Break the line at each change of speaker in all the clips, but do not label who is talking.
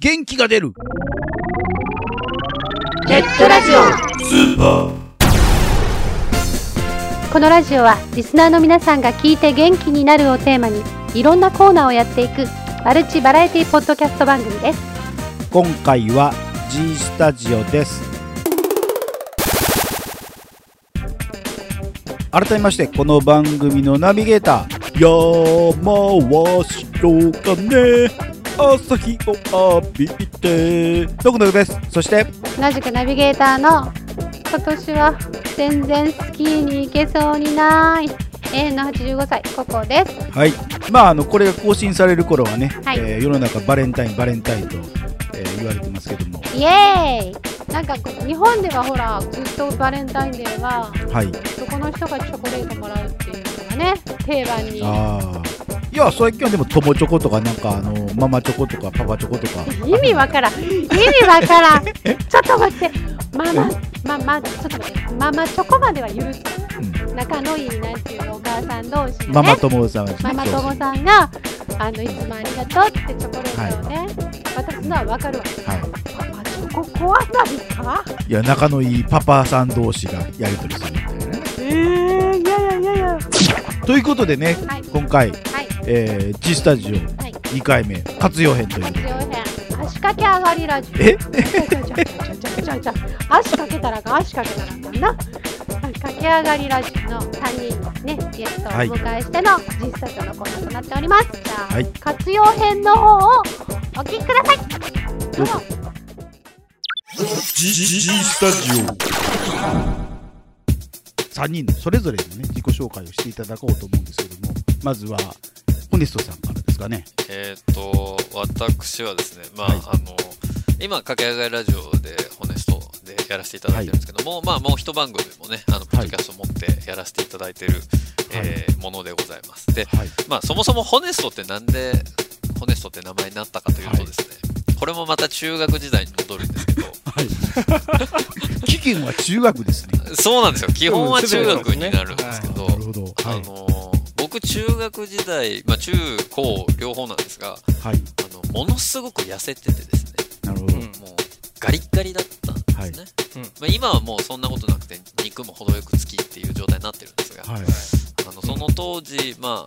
元気が出る
ネットラジオこのラジオはリスナーの皆さんが聞いて元気になるをテーマにいろんなコーナーをやっていくマルチバラエティポッドキャスト番組です
今回は G スタジオです改めましてこの番組のナビゲーター山は白金朝日を浴びてどこのですそして
同じくナビゲーターの今年は全然スキーに行けそうにない永遠の85歳ココです
はいまああのこれが更新される頃はね、
はい
えー世の中バレンタインバレンタインと、えー言われてますけども
イエーイなんかこう日本ではほらずっとバレンタインデーは
はい
男の人がチョコレートもらうっていうのがね定番に
ああいや最近はでも友チョコとかなんかあのママチョコとかパパチョコとか
意味わからん意味わからんちょっと待ってママママちょっと待ってママチョコまでは許す、
う
仲のいいなんていうのお母さん同士
ママ
のね
友さんが
ママ友さんがあのいつもありがとうってチョコレートをね、渡すのはわかるわ
は
パパチョコ怖ないか
い、いや仲のいいパパさん同士がやり取りするみたいなね
えー、いやいやいやいや
ということでね
はい
今回、
はい
えー、G スタジオ
はい
2回目活用編という
活用編足掛け上がりラジオ
え
ちゃうちゃうちゃうちゃうちゃうちゃう足かけたらあかん足かけたらあかんな駆け上がりラジオの3人ねゲストをお迎えしての実スタジオのコーナーとなっておりますじゃあ、
はい
活用編の方をお聞きくださいどうぞ
G, G, G スタジオ3人のそれぞれのね自己紹介をしていただこうと思うんですけどもまずはホネストさんからですかね
えっ、と、私はですね、まあ、
はい
あの、今、かけあがりラジオで、ホネストでやらせていただいてるんですけども、まあ、もう一番組もね、あの、ポッドキャスト持ってやらせていただいてる、えーものでございます。で、
はい
まあ、そもそもホネストってなんで、ホネストって名前になったかというとですね、これもまた中学時代に戻るんですけど、
はい期限は中学ですね
そうなんですよ、基本は中学になるんですけど、
なるほどは
あ
い
の僕、中学時代、まあ、中高両方なんですが、
はい
あのものすごく痩せててですね、
なるほど、
うん
もうガリッガリだったんですね、
はい
うん
まあ、今はもうそんなことなくて肉も程よくつきっていう状態になってるんですが、
はい
あのその当時、まあ、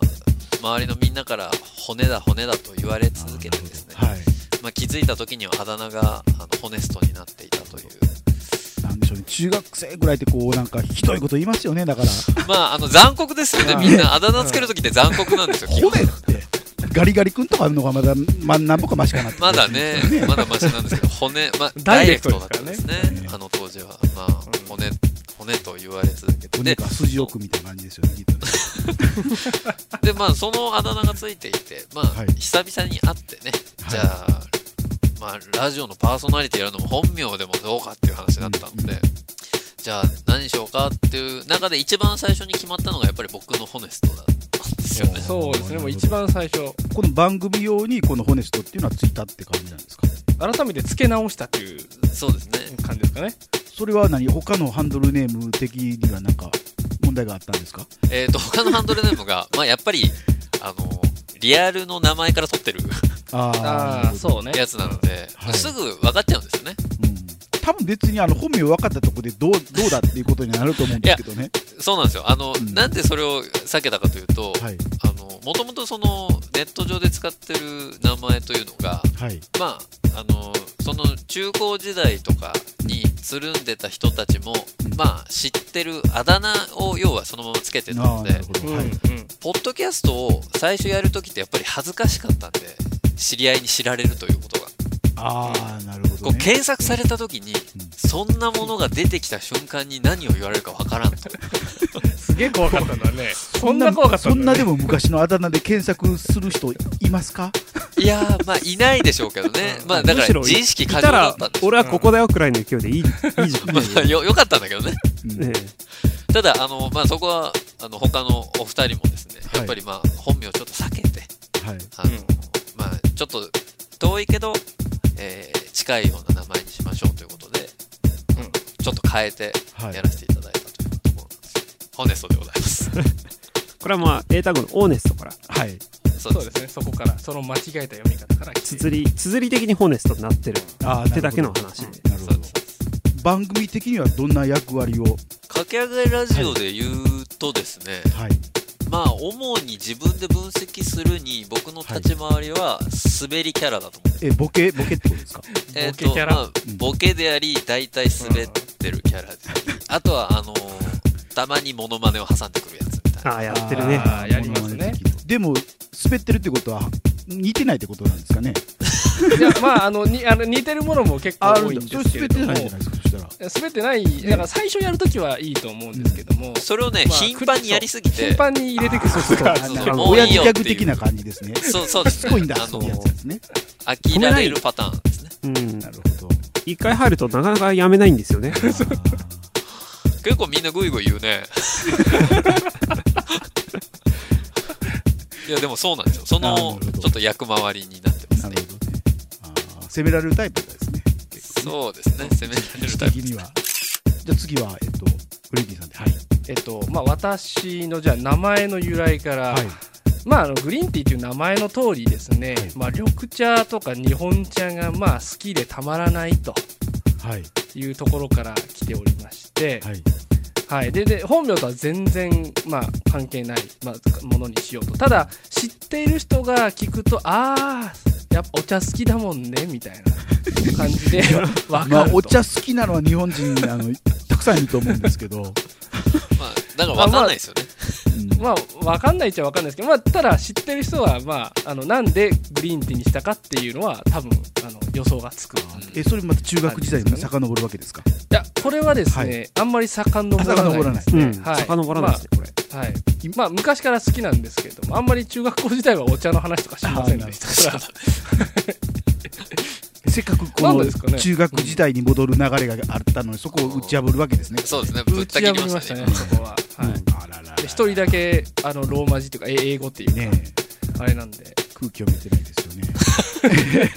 周りのみんなから骨だ骨だと言われ続けてですね、
はい
まあ、気づいた時にはあだ名があのホネストになっていたという
なんでしょうね、中学生ぐらいってこうなんかひどいこと言いますよねだから
まああの残酷ですよね
うん
みんなあだ名つける時って残酷なんですよ基
骨
本
ってガリガリ君とかあるのがまだまなんぼかマシかなって
まだね、まだマシなんですけど、骨、まあ、ダ
ダ
イ
イ
レ
レ
ク
ク
ト
ト
だっ
で
た
す
ん
か
で
らね
すね。あの当時は、まあ、
ん
骨、骨と言われ続けて、
骨
で
か、筋奥みたいな感じですよねきっとね
で、まあ、そのあだ名がついていて、まあ、
はい
久々に会ってね、
はい
じゃあ、まあ、ラジオのパーソナリティやるのも本名でもどうかっていう話だったので、
うん
じゃあ、何しようかっていう中で一番最初に決まったのが、やっぱり僕のホネストだったんですよね。
そうですね、もう一番最初、
この番組用にこのホネストっていうのはついたって感じなんですか
改めて付け直したっていう
そうですね。
感じですかね。
それは何他のハンドルネーム的にはなんか問題があったんですか
えっ、と、他のハンドルネームが、まあ、やっぱり、あの、リアルの名前から取ってる
あ
ああ、そうね。
やつなので、
はい
すぐ分かっちゃうんですよね。
う、うん、多分別にあの本名分かったとこでどうどうだっていうことになると思うんですけどね
そうなんですよ。あの、
ん
なんでそれを避けたかというと、
はい
あの、もともとそのネット上で使ってる名前というのが、
はい
まあ、あの、その中高時代とかにつるんでた人たちも、
うん
まあ、知ってるあだ名を要はそのままつけてた
あ
の
あ
で
なる、ほど、
うん、う
はい
ん。
ポッドキャストを最初やるときってやっぱり恥ずかしかったんで、知り合いに知られるということが。
ああなるほ
こ
ど、
う
ね、
検索された時に、そんなものが出てきた瞬間に何を言われるかわからんと。
すげえ怖かったんだね。そんな怖かった
そん
んだ
な
ね。
でも昔のあだ名で検索する人いますか
いやー、まあ、いないでしょうけどね。まあ、だから、
むしろ
自意識過剰
いた
だ
ら
ったんで、しょう
俺はここだよくらいの勢いでいい、いいじゃん。
まあ、よ、よかったんだけどね。
え
ただ、あの、まあ、そこは、あの、他のお二人もですね、
はい
やっぱりまあ、本名をちょっと避けて、
はい
あの、
うん
まあ、ちょっと遠いけど、えー近いような名前にしましょうということで、
うん
ちょっと変えて
はい
やらせていただいたというところなんです。ホネストでございます。
これはまあ、英単語のオーネストから。
はい
そう
そ
で
う
す
ですねそこからその間違えた読み方から来ている
綴り綴り的にホネストになってる
あ
ってだけの話で
なるほ
そ
ど
うです
番組的にはどんな役割を
駆け上がりラジオで言うとですね、
はい
まあ主に自分で分析するに僕の立ち回りは滑りキャラだと思う、
えボケボケってことですか
えっ、
ボケキャラ
まあ、ボケであり大体滑ってるキャラであり、あとはあのーたまにモノマネを挟んでくるやつみ たいな
ああ やってるね
あーやりますね
モノマネ的にでも滑ってるってことは似てないってことなんですかね
いやまああのにあの似てるものも結構多いんで
それ
す
滑っ
けれ
て
ど
ない
も
んじゃないですかそしたら
滑ってないだから最初やるときはいいと思うんですけども、
それをね、
まあ
頻繁にやりすぎ
頻
て
繁に入れてくることが
あ
そう
なる
も
ほど
うい
親
い
父
よ
ギ
ってい
ャ
う
グ的な感じですね
そうそうです
しつこいんだ
あ
そ
の
ういうやつですね
飽きられるパターンですね
うん
なるほど
一回入るとなかなかやめないんですよね
結構みんなグイグイ言う ねいやでもそうなんですよそ
あーな
の
るほど
ちょっと役回りになってます
な
ね
るほどねあー責められるタイプですね結構ね
そうですね攻められるタイ
的
プ
にはじゃあ次はえっとフレンキーさんではい
えっとまあ、私のじゃあ名前の由来から、
はい
まあ、あのグリーンティーという名前の通りですね、
はい
まあ、緑茶とか日本茶がまあ好きでたまらないと
はい
いうところから来ておりまして、
はい
はいでで本名とは全然、まあ、関係ない、まあ、ものにしようとただ知っている人が聞くとああやっぱお茶好きだもんねみたいな感じで 分
ま
か
あ
ると、
お茶好きなのは日本人あのたくさんいると思うんですけどうん
まあだから分かんないですよね、
まあ、わかんないっちゃわかんないですけど、まあ、ただ知ってる人は、まあ、あの、なんでグリーンティーにしたかっていうのは、多分、あの、予想がつく。い
えそれまた中学時代に遡るわけですか
や、これはですね、
は
あんまり遡らない。
遡らない
うん、
はい
遡らないですね、これ
はい。まあ、昔から好きなんですけれども、あんまり中学校時代はお茶の話とかしませんでしたから。
せっかくこ
なん
の
ですかね
中学時代に戻る流れがあったのにそこを打ち破るわけですね
そうですねぶ
ぶ
っ
ったち
切
破
り
り
ま
ま
し
したた
ね
ね、そこは。はい。で
あららら
一人だけ、あの、ローマ字というか、え英語っていうか、
ね
あれなんで。
空気を見てないですよね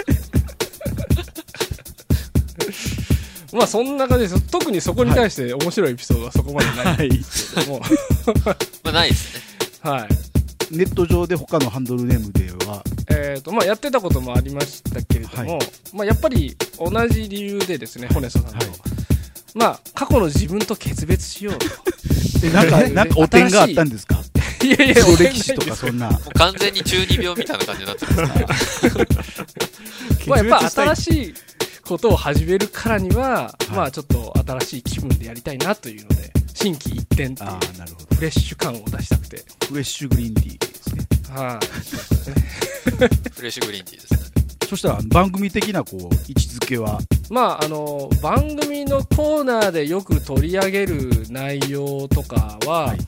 まあ、そんな感じです。特にそこに対して面白いエピソードはそこまでないんですけれども。
まあないですね
はい。
ネット上で他のハンドルネームでは
えーとまあ、やってたこともありましたけれども、
は
まあ、やっぱり同じ理由でですね、ホネソさんと、
はい
まあ、過去の自分と決別しようと。
えなんか
え
なんかお点があったんですか
いやいや、
黒
俺
歴史とかそんな
もう完全に中二病みたいな感じになってますから
まあ、やっぱ
したい
新しいことを始めるからには、
い
まあ、ちょっと新しい気分でやりたいなというので、心機一転っていう
あ、あなるほど
フレッシュ感を出したくて。
フレッシュグリーンティーですね
はい、
フレッシュグリーンティーですね
そしたら番組的なこう位置づけは
まあ、あの、番組のコーナーでよく取り上げる内容とかは、
はい、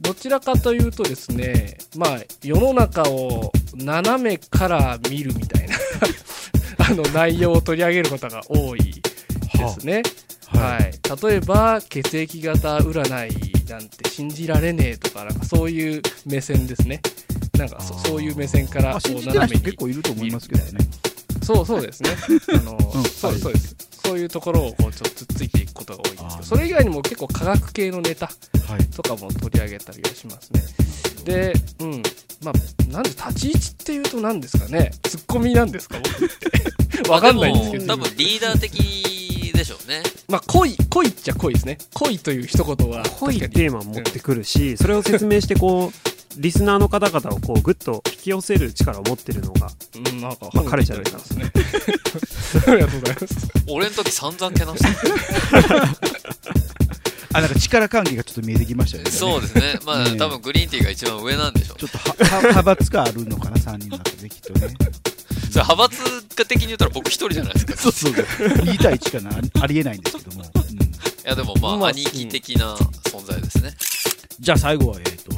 どちらかというとですね、まあ、世の中を斜めから見るみたいな あの内容を取り上げることが多いですね。はいい、例えば血液型占いなんて信じられねえとかなんかそういう目線ですね。なんかそ
あー
そういう目線か
ま
らこ
あ、信
う
じてない
斜め
人
に
結構いると思いますけどね
そうそうで すね。あの、
うん
そ
は
うで
い
すそうです。そういうところをこうちょっとつついていくことが多いんです
あ
け
ー
ど、それ以外にも結構科学系のネタ
はい
とかも取り上げたりはしますね。で、うん、まあ、なんで立ち位置っていうと何ですかね。ツッコミなんですか僕って。わかんないんですけど。
まあでも多分リーダー的でしょうね
まあ、恋、恋っちゃ恋ですね。恋という一言は確か
濃い
に。
テーマ持ってくるし、それを説明してこうリスナーの方々をこうグッと引き寄せる力を持ってるのが
うん、なんか、
まあ彼じゃないか
ですね。ありがとうございます。
俺の時散々けなした
あなんか力関係がちょっと見えてきましたよね
そうですねまあ
ねえ
多分グリーンティーが一番上なんでしょう
ちょっとはは派閥があるのかな3人だとねきっと ね
それ派閥が的に言ったら僕一人じゃないですか
そうそう2対1かなあありえないんですけども、うん
いやでもま
ま
あ
あ
兄貴的な存在ですね
じゃあ最後はえっ、と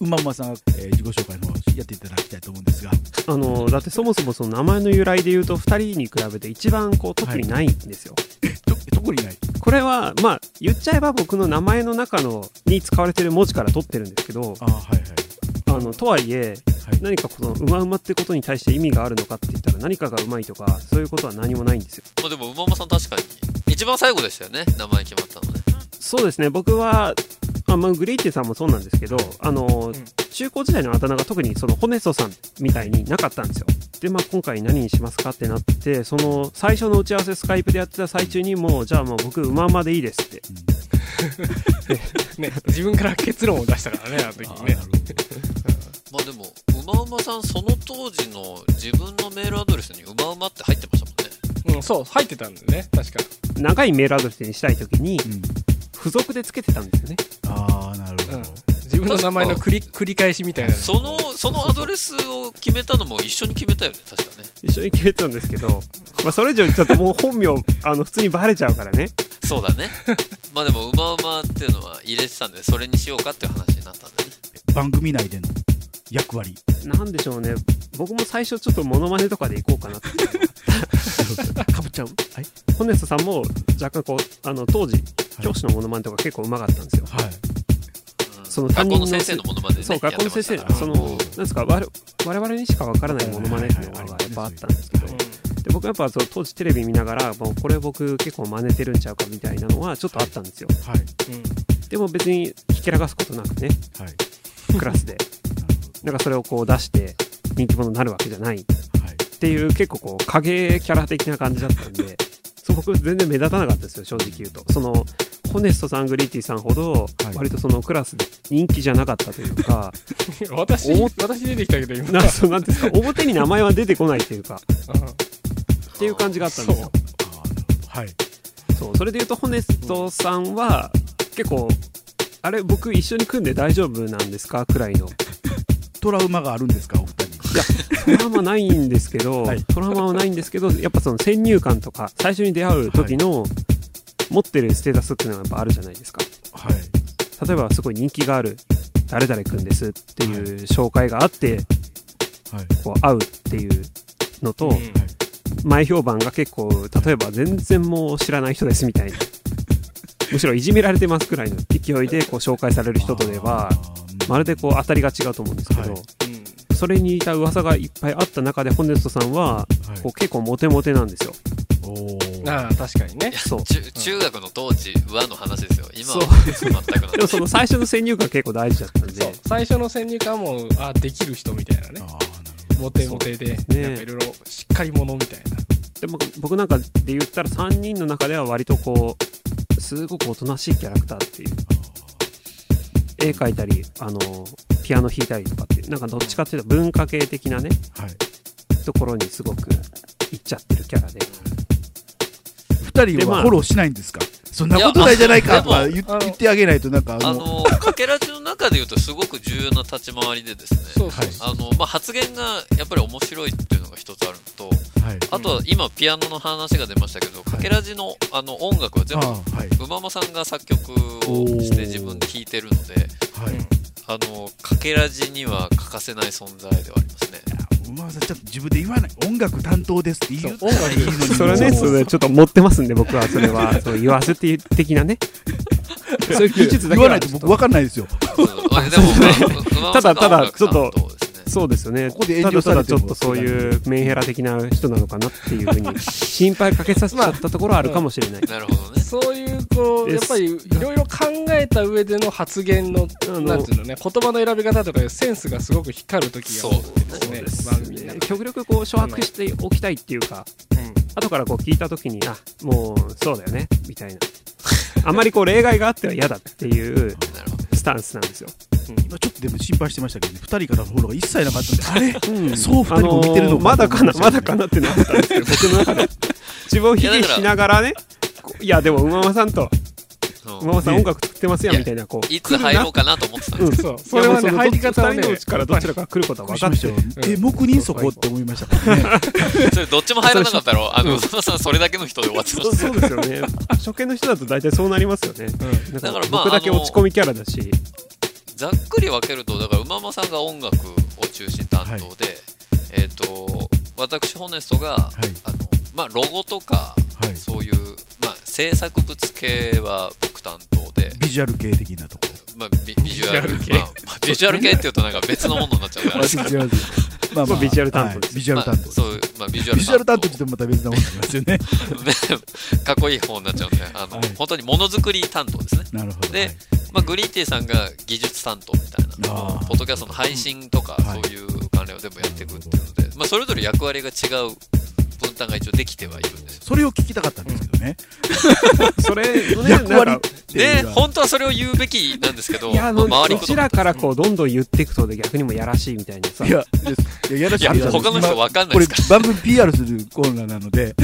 うまうまさんが、えー自己紹介の方やっていただきたいと思うんですが
あのだってそもそもその名前の由来で言うと2人に比べて一番こう特にないんですよ、
と特にない
これはまあ言っちゃえば僕の名前の中のに使われてる文字から取ってるんですけど
あはいはい
あのとはいえ
はい
何かこのうまうまってことに対して意味があるのかって言ったら何かがうまいとかそういうことは何もないんですよ
まあでも馬場さん確かに一番最後でしたよね名前決まったのね
そうですね僕はあまあ、まあグレイティさんもそうなんですけど、あのー
うん
中高時代のあだ名が特にそのホネソさんみたいになかったんですよ。で、まあ、今回何にしますかってなって、その最初の打ち合わせスカイプでやってた最中にもう、じゃあもう僕、馬までいいですって。
ね、自分から結論を出したからね、あの時
あー
ね
な。る
まあでも、うまうまさん、その当時の自分のメールアドレスにうまうまって入ってましたもんね。
うん、そう、入ってたんだよね、確か。
長いメールアドレスにしたいときに
ほ、どうん
付属でつけてたんですよね。
ああなるほ
う
ど、
ん。自分の名前の繰り繰り返しみたいな。
その、そのアドレスを決めたのも一緒に決めたよね、確かね。
一緒に決めてたんですけど、まあ、それ以上ちょっともう本名、あの、普通にバレちゃうからね。
そう だね。まあでも、うまうまっていうのは入れてたんで、それにしようかっていう話になったんでね。
番組内での役 割
なんでしょうね。僕も最初ちょっとモノマネとかでいこうかなって。かぶっちゃう。はい。ホネストさんも若干こう、あの、当時、教師のモノマネとか結構うまかったんですよ。
はい
うん
その
学
担任
校
の
の先生のものまでね。
そう、学校の先生
やってまし、たか
その、
ら
なんですか、われ我々にしかわからないモノマネっていうのがやっぱあったんですけど、で
う
僕やっぱその当時テレビ見ながら、もうこれ僕結構真似てるんちゃうかみたいなのはちょっとあったんですよ。
はい
ん。うん。
でも別にひけらかすことなくね、
はい
クラスで。なんかそれをこう出して人気者になるわけじゃないっ
はい
ていう結構こう影キャラ的な感じだったんで、そう僕全然目立たなかったですよ、正直言うと。その、ホネストさん、グリーティさんほど
い、
割とそのクラスで人気じゃなかったというか、
私、
思っ
私出てきたけど、今。
なんそうなんていうんですか、表に名前は出てこないというか、
う
っていう感じがあったんです
あ
よ。
ーなるほどはい
そう、それで言うと、ホネストさんは、結構、あれ、僕一緒に組んで大丈夫なんですかくらいの。
トラウマがあるんですかお二人
トラウマないんですけど、
はい
トラウマはないんですけど、やっぱその先入観とか、最初に出会う時の、持ってるステータスっていうのはやっぱあるじゃないですか。
はい
例えば、すごい人気がある、誰々君ですっていう紹介があって、
はい
こう、会うっていうのと、
ん
前評判が結構例えば全然もう知らない人ですみたいなむしろいじめられてますくらいの勢いでこう紹介される人とではまるでこう当たりが違うと思うんですけど、
は
うん
それに似た噂がいっぱいあった中でホネストさんは
う、はい
こう結構モテモテなんです よ
おー
ああ、確かにね。
そう
中中学の当時はの話ですよ。今は全くない
でもその最初の先入観結構大事だったん
そ
で
う。最初の先入観も、あできる人みたいなね
あ。ーなる
モテモテで、
ね
なんかいろいろしっかり者みたいな。
でも僕なんかで言ったら3人の中では割とこうすごくおとなしいキャラクターっていう絵描いたりあのピアノ弾いたりとかっていうなんかどっちかっていうと文化系的なね
ほどはい
ところにすごく行っちゃってるキャラで
二人
でま
は
あ
フォローしないんですかそんなことないじゃないかとか言
いやあの
言ってあげないとなんかあ
あ
の
の、かけらじの中で言うとすごく重要な立ち回りでですね。
そうそうそう。
あのまあ、発言がやっぱり面白いっていうのが一つあるのと
はい
あとは今ピアノの話が出ましたけど、かけらじのあの音楽は全部
あーはいう
ままさんが作曲をして自分で弾いてるので
はい
あのかけらじには欠かせない存在ではありますね
うまさんちょっと自分で言わない音楽担当ですって言う
そう音楽
いいのに
それね
もう
それちょっと持ってますんで僕はそれ はそう言わせて的なねそういう技術だ
言
け
わ
は
ないと僕分かんないですよ
うんまあでも、まあ、
ただただ
うまうまさんが音楽担当ですね
そうですよね
ここで
た
炎上
だ
さ
た
れ
だ
て
ちょ
も
っとそういうメンヘラ的な人なのかなっていうふ うに心配かけさせちゃったところはあるかもしれない
なるほどね
そういう、こう、
で
やっぱり、いろいろ考えた上での発言の、
あの
なんていうのね、言葉の選び方とかいうセンスがすごく光る時が多くてですね、番組の中で
極力こう掌握しておきたいっていうか後からこう聞いた時にあもうそうだよねみたいなあまりこう例外があっては嫌だっていう
なるほど
スタンスなんですよ
今ちょっとでも心配してましたけどね二人からのフォローが一切なかったんであれ
うん
そう二人も見てるの
まだかな、
と思
ま
って
だかなってなったんですけど、僕の中で。自分を卑下しながらね、こういや、でも、うままさんと、
うん
うままさん
ね
音楽作ってますや
い
ん、
や
みたいな、こう。
いつ入ろうかなと思ってたんです
うん
そうそれはね
いやもう
入り方はね
二人のうちからどちらか来ることは分かってる。
うん
え黙認そこって思いましたからね
けどそれどっちも入らなかったろあの
うん
うまさんそれだけの人で終わってま
そ
し
うそうですよね。初見の人だと大体そうなりますよね。
うん。
なん
だ
か
からまあ
僕だけ
あの
落ち込みキャラだし、
たざっくり分けるとだからうままさんが音楽を中心担当で、えっ、と私ホネストが、あのまあロゴとか
はい
そういう、まあ、制作物系は僕担当で、
ビジュアル系的なとこ
まあ、ビビジュアル
ビジュアル系
まあまあビジュアル系っていうとなんか別のものになっちゃうから
私違うまあ
そうビジュアル担当で す
はいビジュアル担当
まあ、そうまあ、ビジュアル
ビジュアル担当って言ってもまた別なもんになりますよね
ねかっこいい方になっちゃうんであの、
はい
本当にものづくり担当ですね
なるほど
で
はい
まあ、グリーンティーさんが技術担当みたいな、
あー
ポッドキャストの配信とか、
はい
そういう関連を全部やっていくっていうので、まあ、それぞれ役割が違う分担が一応できてはいるんですよ。
それを聞きたかったんですけどね。
それ、ね、
役割
な
っ
んか
ていう
で、
のは
本当はそれを言うべきなんですけど、
いや、あ
ま
の、
あ、周り
ど
くど
ち
くな
ら
って
からこう、どんどん言っていくとで逆にもやらしいみたいなさ。
いや、ですいややらし
いや
いです
他の人わかんないですか
今これ番組 PR するコーナーなので。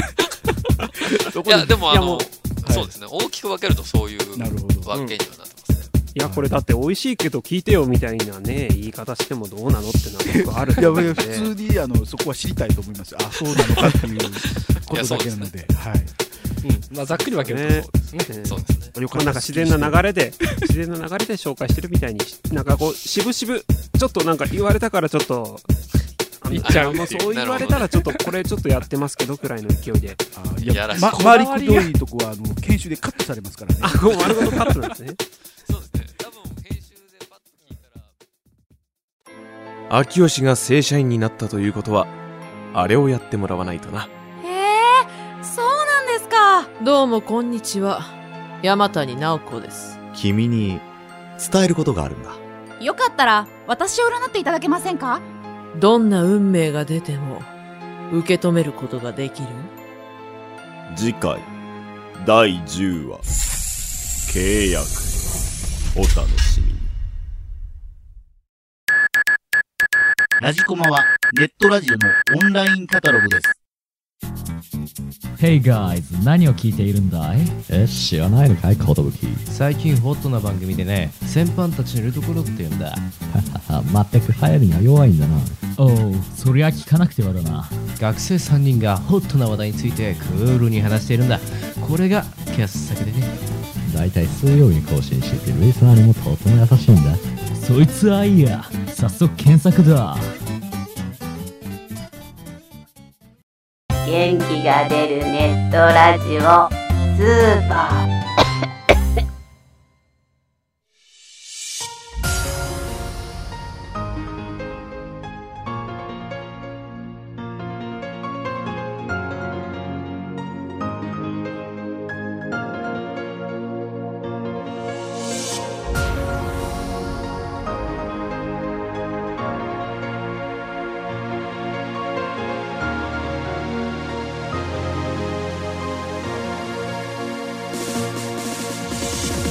そこ
いや、でも、あ
いや
の
も、
はい
そうですね、大きく分けるとそういう
なるほど。
分けにはなってますね。
いや、これだって美味しいけど聞いてよみたいなね、言い方してもどうなのってのはよくある
いや、
と思う
僕
んで。
普通にあのそこは知りたいと思います。あ、そうなのかっていうことだけなので。はい。
うんまあ、ざっくり分けるとそうですね。
ね
そうですね。
よ
まあなんか自然な
れ。
流れで、自然な流れで紹介してるみたいに、なんかこう、しぶしぶ、ちょっとなんか言われたからちょっと、あの
言っちゃう
あのそう言われたらちょっとこれちょっとやってますけどくらいの勢いで。
あい
いや
や、
らしい
ま、周りくどいとこはあの研修でカットされますからね。
あ、もう丸ごとカットなんですね。
そうですね。多分、編集でパッと聞いたら、
秋吉が正社員になったということはあれをやってもらわないとな
へえそうなんですか
どうもこんにちは。山谷直子です。
君に伝えることがあるんだ。
よかったら私を占っていただけませんか
どんな運命が出ても、受け止めることができる
次回、第10話、契約、お楽しみに。
ラジコマはネットラジオのオンラインカタログです。
Hey guys 何を聞いているんだいえ知らないのかいコトブキ最近ホットな番組でね先輩たちのいるところって言うんだ全く流行りには弱いんだなおうそりゃ聞かなくてはだな学生3人がホットな話題についてクールに話しているんだこれが傑作でねだいたい水曜日に更新していてリスナーにもとても優しいんだそいつはいいや早速検索だ
元気が出るネットラジオスーパー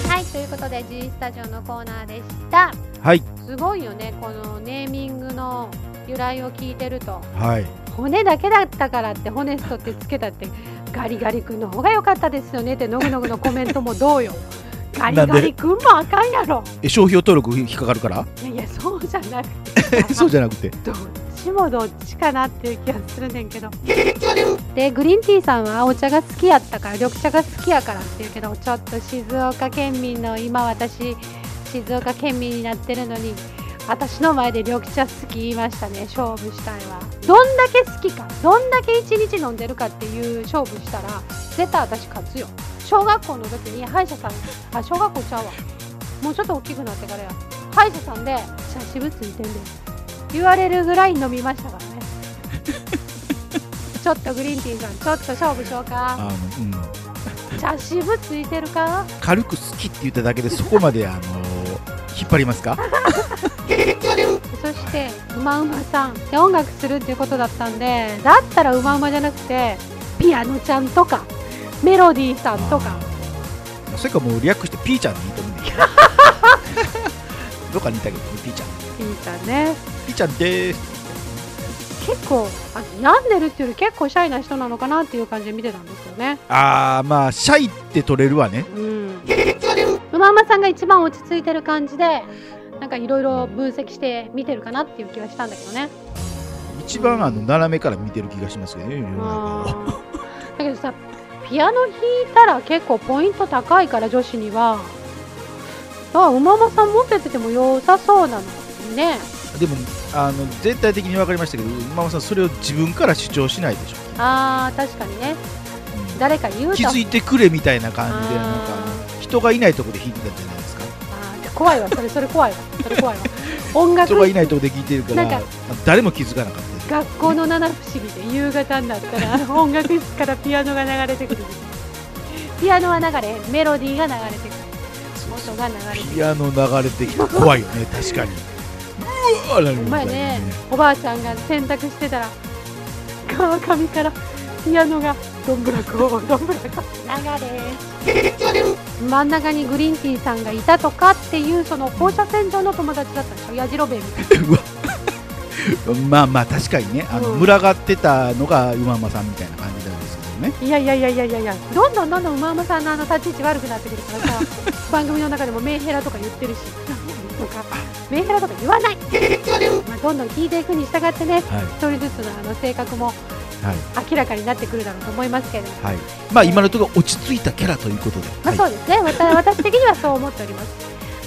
はい、ということで G スタジオのコーナーでした。
はい。
すごいよね、このネーミングの由来を聞いてると。
はい。
骨だけだったからって、ホネストってつけたって、ガリガリ君の方が良かったですよねって、ノグノグのコメントもど うよ。ガリガリ君もあかんやろ。
え商標登録引っかかるから。
いやいや、そうじゃなく
え
て。
そうじゃなくて。
どっちもどっちかなっていう気がするねんけどでグリーンティーさんはお茶が好きやったから緑茶が好きやからっていうけどちょっと静岡県民の今私静岡県民になってるのに私の前で緑茶好き言いましたね勝負したいわどんだけ好きかどんだけ一日飲んでるかっていう勝負したら絶対私勝つよ小学校の時に歯医者さんあ小学校ちゃうわもうちょっと大きくなってからや歯医者さんで茶渋ついてんで言われるぐらい飲みましたからねちょっとグリーンティーさんちょっと勝負しようか
あの、うん。
茶渋ついてるか
軽く好きって言っただけで、そこまで、あの引っ張りますか。
そしてうまうまさんで音楽するっていうことだったんでだったらうまうまじゃなくてピアノちゃんとかメロディーさんとか
それかもう略してピーちゃんでいいと思うんだけど。 どっか似たけどね、ピーちゃん。
いいかね
ピーちゃんでーす。
結構あ病んでるっていうより結構シャイな人なのかなっていう感じで見てたんですよね
あー、まあ、シャイって取れるわね。
うんうまうまさんが一番落ち着いてる感じでなんかいろいろ分析して見てるかなっていう気はしたんだけどね
一番あの斜めから見てる気がしますけどね、世の中を。
あーだけどさピアノ弾いたら結構ポイント高いから女子にはあうままさん持っててても良さそうなのにね
でも、あの全体的に分かりましたけど、馬場さん、それを自分から主張しないでしょ。
あー確かにね
うん
誰か言う
気
と
づいてくれみたいな感じで、
あ
な
ー
んかあの人がいないとこで弾いてたんじゃないですか。
あー怖いわそれそれ怖いわそれ怖いわ音楽
人がいないとこで弾いてるから、
なんか
誰も気づかなかったです。
学校の七不思議で夕方になっ たら音楽室からピアノが流れてくるピアノは流れへんメロディーが流れてくる音が流れて
ピアノ流れてきて怖いよね確かにうわーなる
お
ほど
前ねおばあちゃんが洗濯してたら川上からピアノがどんぶらこどんぶらこ流れ真ん中にグリーンティーさんがいたとかっていうその放射線上の友達だったんでしょやじろべえみたい
まあまあ確かにねあの、群がってたのが馬間さんみたいな感じなんですけどね
ないやいやいやいやいやいやどんどんどんどん馬山さんのあの立ち位置悪くなってくるからさ 番組の中でもメンヘラとか言ってるしとかメンヘラとか言わ ない、まあ、どんどん聞いていくに従ってね、
はい
一人ずつのあの性格も
はい
明らかになってくるだろうと思いますけれども、
はいまあ今のところ落ち着いたキャラということで、
まあ、そうですね、 わた私的にはそう思っております。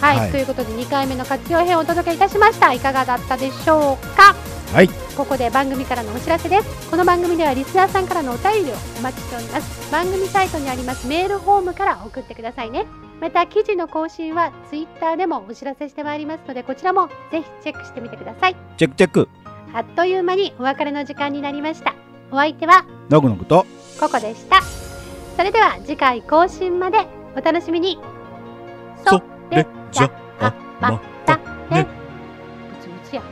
はい、
はい
ということで2回目の活用編をお届けいたしましたいかがだったでしょうか
はい
ここで番組からのお知らせですこの番組ではリスナーさんからのお便りをお待ちしております番組サイトにありますメールフォームから送ってくださいねまた記事の更新はツイッターでもお知らせしてまいりますのでこちらもぜひチェックしてみてください
チェックチェック
あっという間にお別れの時間になりましたお相手は
ノグノグと
ここでしたそれでは次回更新までお楽しみに
それじゃ
またねブツブツや